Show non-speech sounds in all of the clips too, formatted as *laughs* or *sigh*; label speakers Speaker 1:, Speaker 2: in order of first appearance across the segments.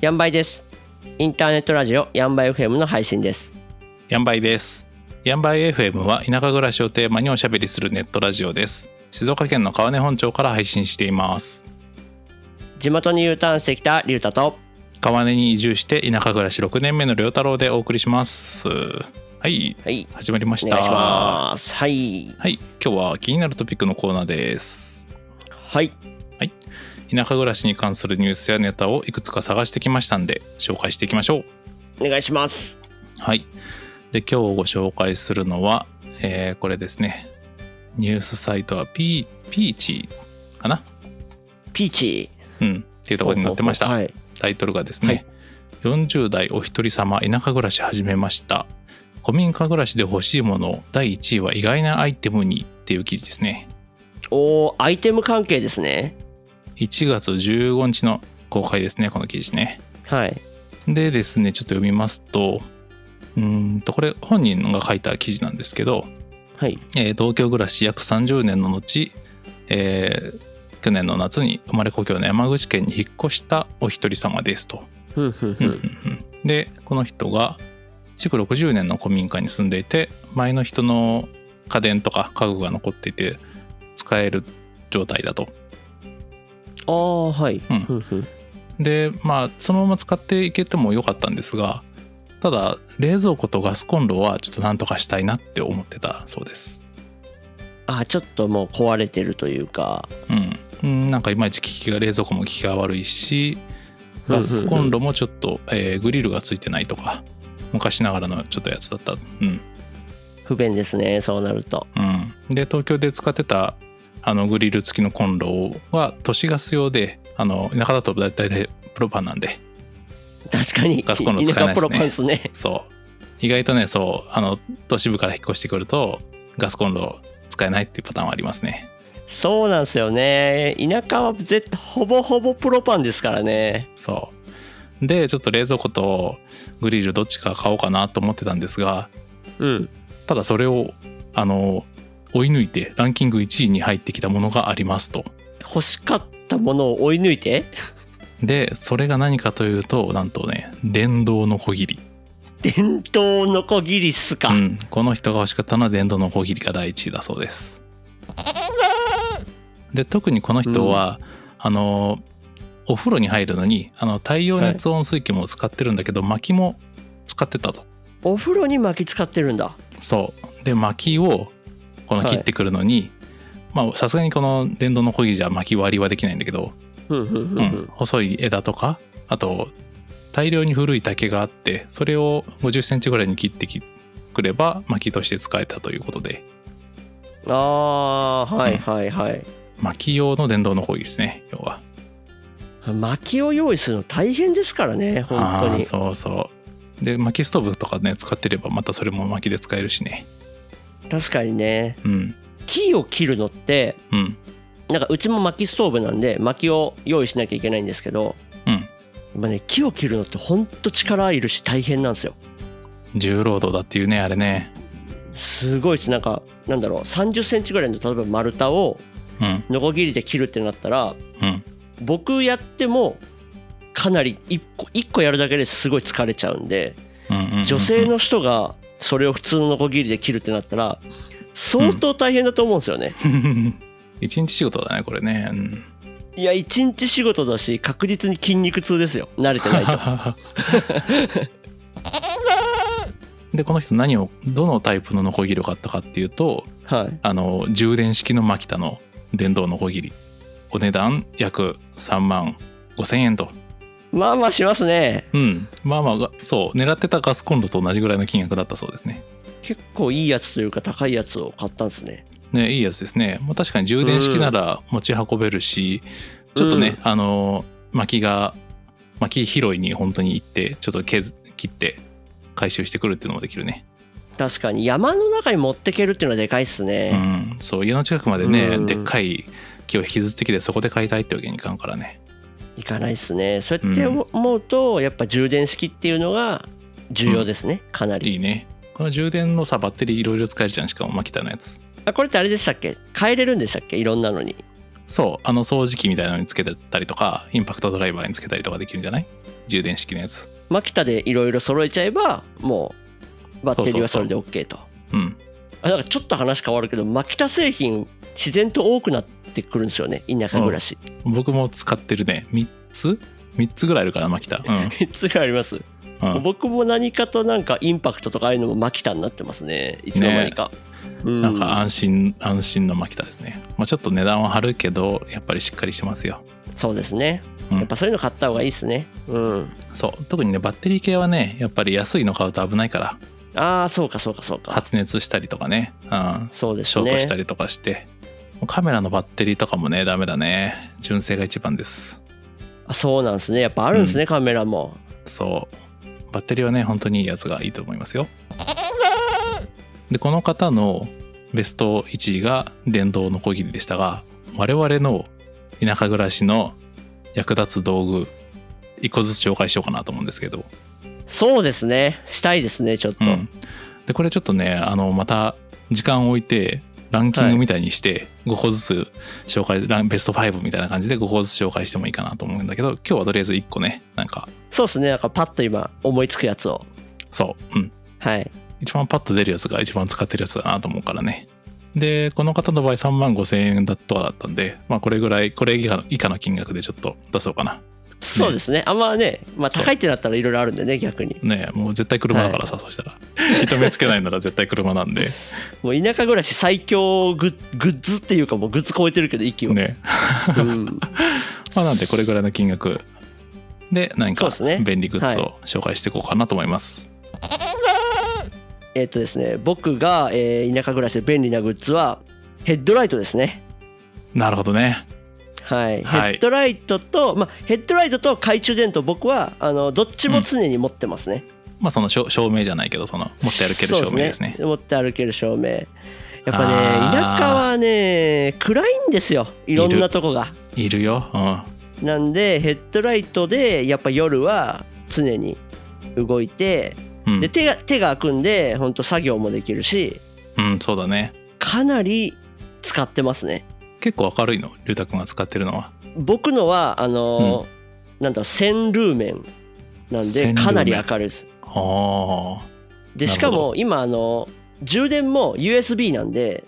Speaker 1: ヤンバイです。インターネットラジオヤンバイ FM の配信です。
Speaker 2: ヤンバイです。ヤンバイ FM は田舎暮らしをテーマにおしゃべりするネットラジオです。静岡県の川根本町から配信しています。
Speaker 1: 地元に U ターンしてきたリュウタと
Speaker 2: 川根に移住して田舎暮らし6年目の良太郎でお送りします。はい、
Speaker 1: はい
Speaker 2: 始まりまし
Speaker 1: お
Speaker 2: た。
Speaker 1: 願いします。はい
Speaker 2: はい、今日は気になるトピックのコーナーです。
Speaker 1: はい
Speaker 2: 田舎暮らしに関するニュースやネタをいくつか探してきましたんで、紹介していきましょう。
Speaker 1: お願いします。
Speaker 2: はい。で、今日ご紹介するのは、えーこれですね。ニュースサイトはピー、ピーチーかな
Speaker 1: ピーチ。
Speaker 2: うん。っていうところになってました。
Speaker 1: はい
Speaker 2: タイトルがです
Speaker 1: はい
Speaker 2: ね、40代お一人様田舎暮らし始めました。古民家暮らしで欲しいもの、第1位は意外なアイテムにっていう記事ですね。
Speaker 1: おおアイテム関係ですね。
Speaker 2: 1月15日の公開ですね、この記事ね。
Speaker 1: はい
Speaker 2: でですね、ちょっと読みますと、うーんと、これ本人が書いた記事なんですけど、
Speaker 1: はい
Speaker 2: えー東京暮らし約30年の後、えー去年の夏に生まれ故郷の山口県に引っ越したお一人様ですと。
Speaker 1: ふんふんふ
Speaker 2: うんう
Speaker 1: ん
Speaker 2: んうんでこの人が築60年の古民家に住んでいて前の人の家電とか家具が残っていて使える状態だと。
Speaker 1: ああはい。
Speaker 2: うん
Speaker 1: ふんふん
Speaker 2: でまあそのまま使っていけてもよかったんですがただ冷蔵庫とガスコンロはちょっとなんとかしたいなって思ってたそうです。
Speaker 1: あちょっともう壊れてるというか。
Speaker 2: うんうん、なんかいまいち効きが冷蔵庫も効きが悪いしガスコンロもちょっと、えーグリルがついてないとか昔ながらのちょっとやつだった、うん
Speaker 1: 不便ですねそうなると。
Speaker 2: うん、で東京で使ってたあのグリル付きのコンロは都市ガス用であの田舎だと大体プロパンなんで
Speaker 1: 確かに
Speaker 2: ガスコンロ使えな
Speaker 1: 田舎
Speaker 2: いですね
Speaker 1: プロパンですね。
Speaker 2: そう意外とねそうあの都市部から引っ越してくるとガスコンロ使えないっていうパターンはありますね
Speaker 1: そうなんですよね。田舎は絶対ほぼほぼプロパンですからね。
Speaker 2: そうでちょっと冷蔵庫とグリルどっちか買おうかなと思ってたんですが
Speaker 1: うん。
Speaker 2: ただそれをあの追い抜いてランキング1位に入ってきたものがありますと
Speaker 1: 欲しかったものを追い抜いて *laughs*
Speaker 2: でそれが何かというとなんとね電動のこぎり
Speaker 1: 伝統のこぎりっすか、
Speaker 2: うん、この人が欲しかったのは電動のこぎりが第一位だそうです。で特にこの人は、あのお風呂に入るのにあの太陽熱温水器も使ってるんだけど、薪も使ってたと。
Speaker 1: お風呂に薪使ってるんだ
Speaker 2: そうで薪をこの
Speaker 1: はい
Speaker 2: 切ってくるのに、まあさすがにこの電動のこぎりじゃ薪割りはできないんだけど、
Speaker 1: うんうんうん
Speaker 2: う
Speaker 1: うんん
Speaker 2: 細い枝とかあと大量に古い竹があってそれを5 0ンチぐらいに切ってきくれば薪として使えたということで。
Speaker 1: あーは
Speaker 2: う
Speaker 1: い
Speaker 2: ん
Speaker 1: はいはい、
Speaker 2: 薪用の電動のこぎりですね要は
Speaker 1: 薪を用意するの大変ですからね本当
Speaker 2: あー
Speaker 1: に
Speaker 2: そうそうで薪ストーブとかね使ってればまたそれも薪で使えるしね
Speaker 1: 確かにね
Speaker 2: うん
Speaker 1: 木を切るのって
Speaker 2: うん
Speaker 1: なんかうちも薪ストーブなんで薪を用意しなきゃいけないんですけど
Speaker 2: うん
Speaker 1: まあね木を切るのってほんと力いるし大変なんですよ
Speaker 2: 重労働だっていうねあれね
Speaker 1: すごいですなんかなんだろう3 0ンチぐらいの例えば丸太を
Speaker 2: うん
Speaker 1: ノコギリで切るってなったら
Speaker 2: うん
Speaker 1: 僕やってもかなり1個一個やるだけですごい疲れちゃうんで
Speaker 2: うんうんうんうん
Speaker 1: 女性の人がそれを普通のノコギリで切るってなったら相当大変だと思うんですよね、
Speaker 2: *laughs* 一日仕事だねこれねうん
Speaker 1: *laughs*
Speaker 2: *laughs*
Speaker 1: いや一日仕事だし確実に筋肉痛ですよ慣れてないと *laughs*
Speaker 2: でこの人何をどのタイプのノコギリを買ったかっていうと
Speaker 1: はい
Speaker 2: あの充電式のマキタの電動ノコギリお値段約3万5000円と
Speaker 1: まあまあしますね
Speaker 2: うん、まあまあがそう狙ってたガスコンロと同じぐらいの金額だったそうですね。
Speaker 1: 結構いいやつというか高いやつを買ったんですね
Speaker 2: ねいいやつですね。まあ、確かに充電式なら持ち運べるし、
Speaker 1: うん
Speaker 2: ちょっとね、あの薪が薪拾いに本当に行ってちょっと削切って回収してくるっていうのもできるね。
Speaker 1: 確かに山の中に持ってけるっていうのはでかいっす
Speaker 2: う
Speaker 1: ね、
Speaker 2: ん、そう家の近くまでね、
Speaker 1: うん
Speaker 2: でっかい木を引きずってきてそこで買いたいってわけにいかんからね。
Speaker 1: いかないっすねそうやって思うとやっぱ充電式っていうのが重要ですね、かなり
Speaker 2: いいね。この充電のさバッテリーいろいろ使えるじゃんしかも薪タのやつ。
Speaker 1: あこれってあれでしたっけ変えれるんでしたっけいろんなのに
Speaker 2: そうあの掃除機みたいなのにつけてたりとかインパクトドライバーにつけたりとかできるんじゃない充電式のやつ
Speaker 1: マキタでいろいろ揃えちゃえばもうバッテリーはそれで OK と
Speaker 2: うん
Speaker 1: あなんかちょっと話変わるけどマキタ製品自然と多くなってくるんですよね田舎暮らし、
Speaker 2: 僕も使ってるね3つ3つぐらいあるからマキタうん、
Speaker 1: 3つぐらいあります、
Speaker 2: うん、
Speaker 1: 僕も何かとなんかインパクトとかああいうのもマキタになってますねいつの間にか、うん
Speaker 2: なんか安心安心のマキタですね、まあ、ちょっと値段は張るけどやっぱりしっかりしてますよ
Speaker 1: そうですね、
Speaker 2: うん
Speaker 1: やっぱそういうの買った方がいいですねうん
Speaker 2: そう特にねバッテリー系はねやっぱり安いの買うと危ないから
Speaker 1: ああそうかそうかそうか
Speaker 2: 発熱したりとかね、うん、
Speaker 1: そうですね
Speaker 2: ショートしたりとかして、もうカメラのバッテリーとかもねダメだね純正が一番です
Speaker 1: あそうなんですねやっぱあるんですね、カメラも
Speaker 2: そうバッテリーはね本当にいいやつがいいと思いますよでこの方のベスト1位が電動のこぎりでしたが我々の田舎暮らしの役立つ道具一個ずつ紹介しようかなと思うんですけど、
Speaker 1: そうですねしたいですねちょっと、
Speaker 2: うん、でこれちょっとねあのまた時間を置いてランキングみたいにして5個ずつ紹介、ランベスト5みたいな感じで5個ずつ紹介してもいいかなと思うんだけど今日はとりあえず1個ねなんか
Speaker 1: そうですねなんかパッと今思いつくやつを
Speaker 2: そううん
Speaker 1: はい
Speaker 2: 一番パッと出るやつが一番使ってるやつだなと思うからねでこの方の場合3万5千円だとはだったんでまあこれぐらいこれ以下の以下の金額でちょっと出そうかな
Speaker 1: そうですねあんまね、まあ、高いってなったらいろいろあるんでね逆に
Speaker 2: ねえもう絶対車だからさ、そうした
Speaker 1: *laughs*
Speaker 2: ら認めつけないなら絶対車なんで
Speaker 1: もう田舎暮らし最強グッグッズっていうかもうグッズ超えてるけど息を、
Speaker 2: ね *laughs*
Speaker 1: うん、
Speaker 2: まあなんでこれぐらいの金額で何か
Speaker 1: そうですね
Speaker 2: 便利グッズを紹介していこうかなと思います。
Speaker 1: えっとですね僕が、えー田舎暮らしで便利なグッズはヘッドライトですね
Speaker 2: なるほどね。
Speaker 1: はい、
Speaker 2: はい
Speaker 1: ヘッドライトと、まあ、ヘッドライトと懐中電灯僕はあのどっちも常に持ってますね、
Speaker 2: まあその照照明じゃないけどその持って歩ける
Speaker 1: そう
Speaker 2: 照明ですね。
Speaker 1: 持って歩ける照明やっぱね田
Speaker 2: あー
Speaker 1: 舎はね暗いんですよいろんなとこが
Speaker 2: いるよ。うん。
Speaker 1: なんでヘッドライトでやっぱ夜は常に動いて
Speaker 2: うん
Speaker 1: で、手が手が空くんでほんと作業もできるし
Speaker 2: うん、そうだね。
Speaker 1: かなり使ってますね
Speaker 2: 結構明るいの、りゅうたくんが使ってるのは。
Speaker 1: 僕のはあのーなんだろう1000ルーメンなん
Speaker 2: 1000ルーメ
Speaker 1: で
Speaker 2: ン
Speaker 1: かなり明るいですで
Speaker 2: あなるほど
Speaker 1: しかも今あの充電も USB なんで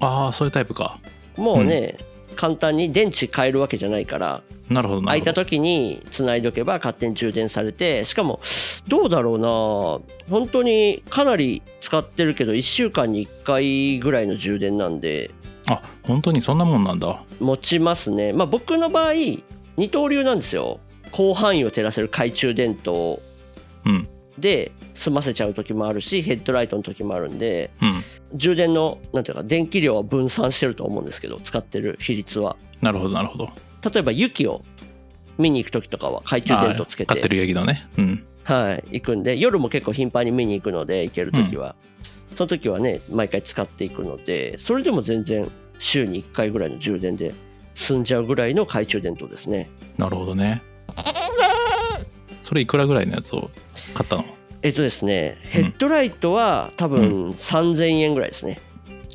Speaker 2: あ。ああ、そういうタイプか。
Speaker 1: もうね、簡単に電池変えるわけじゃないから
Speaker 2: なるほどな
Speaker 1: 空
Speaker 2: る
Speaker 1: い
Speaker 2: ほ
Speaker 1: た
Speaker 2: ど。
Speaker 1: 時に繋いどけば勝手に充電されてしかもどうだろうな本当にかなり使ってるけど1週間に1回ぐらいの充電なんで
Speaker 2: あ本当にそんなもんなんだ。
Speaker 1: 持ちますねまあ僕の場合二刀流なんですよ広範囲を照らせる懐中電灯
Speaker 2: うん。
Speaker 1: で済ませちゃう時もあるしヘッドライトの時もあるんで
Speaker 2: うん。
Speaker 1: 充電のなんていうか電気量は分散してると思うんですけど使ってる比率は
Speaker 2: なるほどなるほど。
Speaker 1: 例えば雪を見に行く時とかは懐中電灯つけ
Speaker 2: 買って
Speaker 1: て
Speaker 2: る雪のね。うん。
Speaker 1: はい行くんで夜も結構頻繁に見に行くので行ける時は、その時はね毎回使っていくのでそれでも全然週に1回ぐらいの充電で済んじゃうぐらいの懐中電灯ですね
Speaker 2: なるほどね。それいくらぐらいのやつを買ったの
Speaker 1: えっとですねヘッドライトは多分3000円ぐらいですね、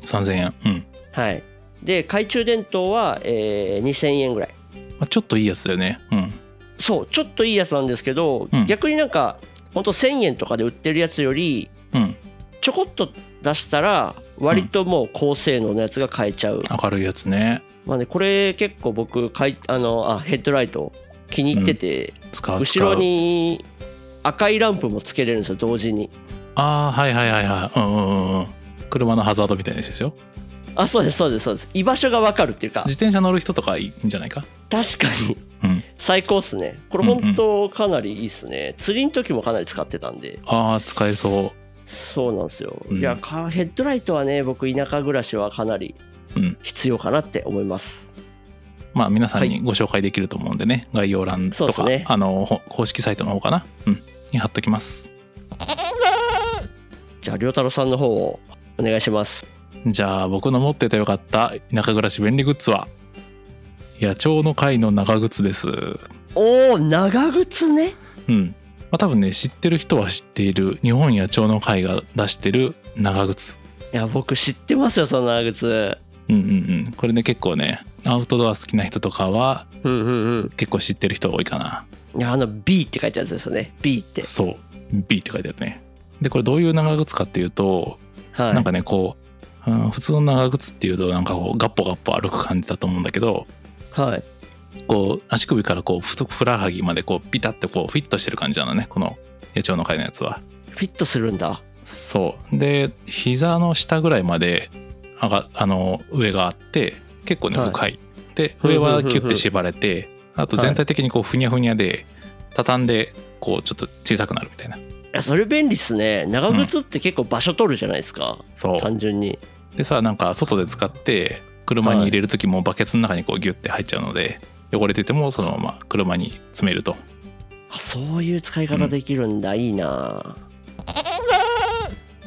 Speaker 2: ?3000 円。うん。
Speaker 1: はいで懐中電灯は、えー2000円ぐらい
Speaker 2: まあ、ちょっといいやつだよね。うん。
Speaker 1: そうちょっといいやつなんですけど、
Speaker 2: うん
Speaker 1: 逆になんかほんと1,000円とかで売ってるやつより
Speaker 2: うん。
Speaker 1: ちょこっと出したら割ともう高性能のやつが買えちゃう、
Speaker 2: 明るいやつね。
Speaker 1: まあねこれ結構僕かいあのあヘッドライト気に入ってて、
Speaker 2: 使う。使う
Speaker 1: 後ろ。に赤いランプもつけれるんですよ同時に
Speaker 2: ああ、はいはいはいはい。うんうんうんうん。車のハザードみたいなやつでしょ
Speaker 1: あそうですそうですそうです居場所がわかるっていうか
Speaker 2: 自転車乗る人とかいいんじゃないか
Speaker 1: 確かに
Speaker 2: うん。
Speaker 1: 最高っすねこれ本当かなりいいっすね、釣りの時もかなり使ってたんで
Speaker 2: ああ、使えそ
Speaker 1: そうなんですよ、
Speaker 2: うん
Speaker 1: いやかヘッドライトはね僕田舎暮らしはかなり
Speaker 2: う。うん。
Speaker 1: 必要かなって思います
Speaker 2: まあ皆さん
Speaker 1: は
Speaker 2: にご紹介できると思うんでね、概要欄
Speaker 1: そう
Speaker 2: と
Speaker 1: っす
Speaker 2: か、
Speaker 1: ね
Speaker 2: あのほ公式サイトの方かな、うん、に貼っときます。
Speaker 1: じゃあ良太郎さんの方をお願いします
Speaker 2: じゃあ僕の持っててよかった田舎暮らし便利グッズは野鳥の会の長靴です。
Speaker 1: おお長靴ね
Speaker 2: うん。まあ多分ね知ってる人は知っている日本野鳥の会が出してる長靴。
Speaker 1: いや僕知ってますよその長靴
Speaker 2: うんうんうん。これね結構ねアウトドア好きな人とかは
Speaker 1: うんうんうん
Speaker 2: 結構知ってる人多いかない
Speaker 1: やあの B って書いてあるやつですよね B って
Speaker 2: そう B って書いてあるねでこれどういう長靴かっていうと、
Speaker 1: はい
Speaker 2: なんかねこう、うん普通の長靴っていうとなんかこうガッポガッポ歩く感じだと思うんだけど
Speaker 1: はい
Speaker 2: こう足首からこうふとふらはぎまでこうビタってこうフィットしてる感じなのねこの野鳥の会のやつは
Speaker 1: フィットするんだ
Speaker 2: そうで膝の下ぐらいまで上があの上があって結構ね
Speaker 1: はい
Speaker 2: 深い、で
Speaker 1: ふんふん
Speaker 2: 上
Speaker 1: ふんふん
Speaker 2: はキュッて縛れてあと全体的にこうふにゃふにゃで畳んでこうちょっと小さくなるみたいない
Speaker 1: やそれ便利っすね長靴って結構場所取るじゃないですか、
Speaker 2: そう
Speaker 1: 単純に
Speaker 2: でさなんか外で使って車に入れる時もバケツの中にこうギュッて入っちゃうので、汚れててもそのまま車に詰めると
Speaker 1: あそういう使い方できるんだ、いいな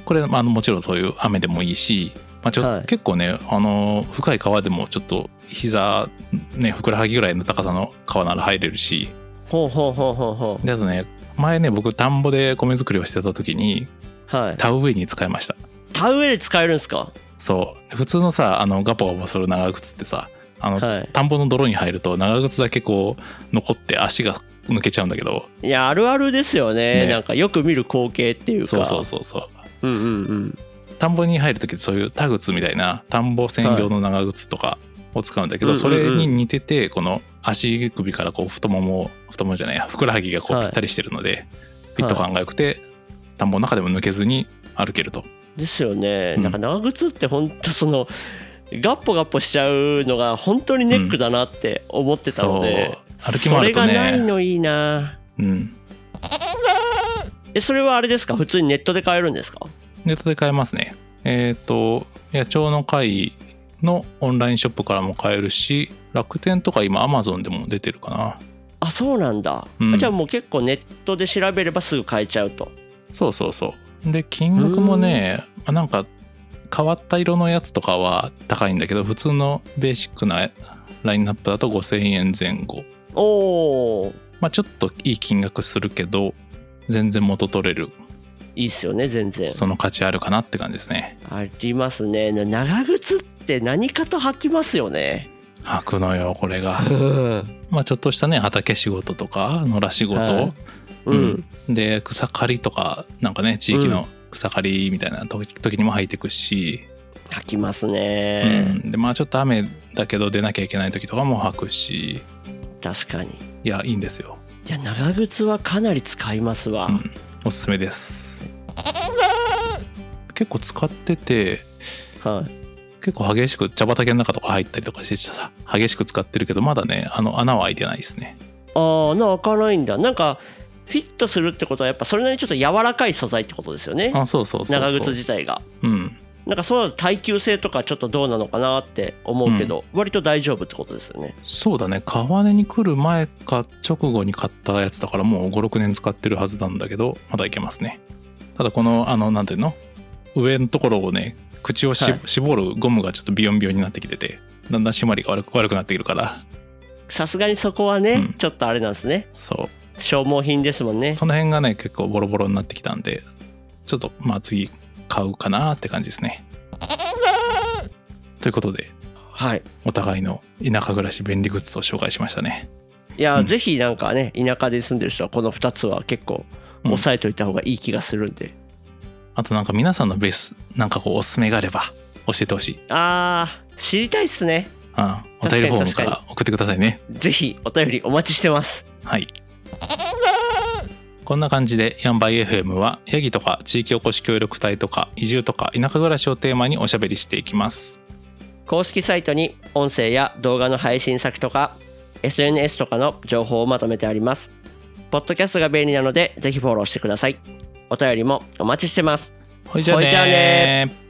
Speaker 2: これ、まあ、あのもちろんそういう雨でもいいし、まあちょ
Speaker 1: はい
Speaker 2: 結構ねあの深い川でもちょっと膝ねふくらはぎぐらいの高さの川なら入れるし
Speaker 1: ほうほうほうほうほ
Speaker 2: であとね前ね僕田んぼで米作りをしてた時に
Speaker 1: うはい
Speaker 2: 田植えに使いました
Speaker 1: 田植えで使えるんすか
Speaker 2: そう普通のさあのガポガポする長靴ってさあの、
Speaker 1: は
Speaker 2: 田んぼの泥に入ると長靴だけこう残って足が抜けちゃうんだけど
Speaker 1: いいやあるあるですよね
Speaker 2: ね
Speaker 1: なんかよく見る光景っていうか
Speaker 2: そうそうそうそう
Speaker 1: うんうんうん
Speaker 2: 田んぼに入る時そういうタグツみたいな田んぼ専用の長靴とかを使うんだけど、
Speaker 1: はい
Speaker 2: そ
Speaker 1: うん
Speaker 2: れ
Speaker 1: うんう
Speaker 2: に
Speaker 1: ん
Speaker 2: 似ててこの足首からこう太もも太ももじゃないやふくらはぎがこう
Speaker 1: はい
Speaker 2: ぴったりしてるので、フィット感が良くて田んぼの中でも抜けずに歩けると
Speaker 1: ですよね、
Speaker 2: うん
Speaker 1: なんか長靴ってほんとそのガッポガッポしちゃうのが本当にネックだなって思ってた
Speaker 2: そう
Speaker 1: ので、
Speaker 2: 歩き回ると
Speaker 1: それがない
Speaker 2: ね
Speaker 1: のいいな
Speaker 2: うん
Speaker 1: えそれはあれですか普通にネットで買えるんですか
Speaker 2: ネットで買えますねえっ、と野鳥の会のオンラインショップからも買えるし楽天とか今アマゾンでも出てるかな
Speaker 1: あそうなんだ、
Speaker 2: うん
Speaker 1: あじゃあもう結構ネットで調べればすぐ買えちゃうと
Speaker 2: そうそうそうで金額もねまあなんか変わった色のやつとかは高いんだけど普通のベーシックなラインナップだと5000円前後
Speaker 1: おー
Speaker 2: まあちょっといい金額するけど全然元取れる
Speaker 1: いいっすよね全然
Speaker 2: その価値あるかなって感じですね
Speaker 1: ありますねな長靴って何かと履きますよ
Speaker 2: *laughs*
Speaker 1: ね
Speaker 2: 履くのよこれが
Speaker 1: うん
Speaker 2: まあちょっとしたね畑仕事とか野良仕事、
Speaker 1: はいうん
Speaker 2: で草刈りとかなんかね地域の草刈りみたいな時時にも履いてくし、
Speaker 1: 履きます
Speaker 2: う
Speaker 1: ね、
Speaker 2: んでまあちょっと雨だけど出なきゃいけない時とかも履くし
Speaker 1: 確かに
Speaker 2: いやいいんですよ、
Speaker 1: いや長靴はかなり使いますわ、
Speaker 2: うん、おすすめです結構使ってて
Speaker 1: はい
Speaker 2: 結構激しく茶畑の中とか入ったりとかしてさ激しく使ってるけどまだねあの穴は開いてないですね
Speaker 1: ああ穴開かないんだなんかフィットするってことはやっぱそれなりにちょっと柔らかい素材ってことですよね
Speaker 2: あそうそうそうそう
Speaker 1: 長靴自体が
Speaker 2: うん
Speaker 1: なんかそうなると耐久性とかちょっとどうなのかなって思うけど、割と大丈夫ってことですよね
Speaker 2: そうだね川根に来る前か直後に買ったやつだからもう56年使ってるはずなんだけどまだいけますねただこのあのなんていうの上のところをね口をし、
Speaker 1: はい
Speaker 2: 絞るゴムがちょっとビヨンビヨンになってきててだんだん締まりが悪く悪くなってくるから
Speaker 1: さすがにそこはね、
Speaker 2: うん
Speaker 1: ちょっとあれなんですね
Speaker 2: そ
Speaker 1: 消耗品ですもんね
Speaker 2: うその辺がね結構ボロボロになってきたんでちょっとまあ次買うかなって感じですねということで
Speaker 1: はい
Speaker 2: お互いの田舎暮らし便利グッズを紹介しましたね
Speaker 1: いや、
Speaker 2: うん
Speaker 1: ぜひなんかね田舎で住んでる人はこの2つは結構
Speaker 2: うん
Speaker 1: 押さえといた方がいい気がするんで、
Speaker 2: あとなんか皆さんのベースなんかこうおすすめがあれば教えてほしい
Speaker 1: あー知りたいっすね
Speaker 2: うん、お便りフォームか
Speaker 1: 確かに
Speaker 2: ら送ってくださいね。
Speaker 1: ぜひお便りお待ちしてます
Speaker 2: はい。こんな感じでヤンバイ FM はヤギとか地域おこし協力隊とか移住とか田舎暮らしをテーマにおしゃべりしていきます。
Speaker 1: 公式サイトに音声や動画の配信先とか SNS とかの情報をまとめてありますポッドキャストが便利なのでぜひフォローしてくださいお便りもお待ちしてます
Speaker 2: ほいじゃあ
Speaker 1: ほいじゃあ
Speaker 2: ね
Speaker 1: ね
Speaker 2: ー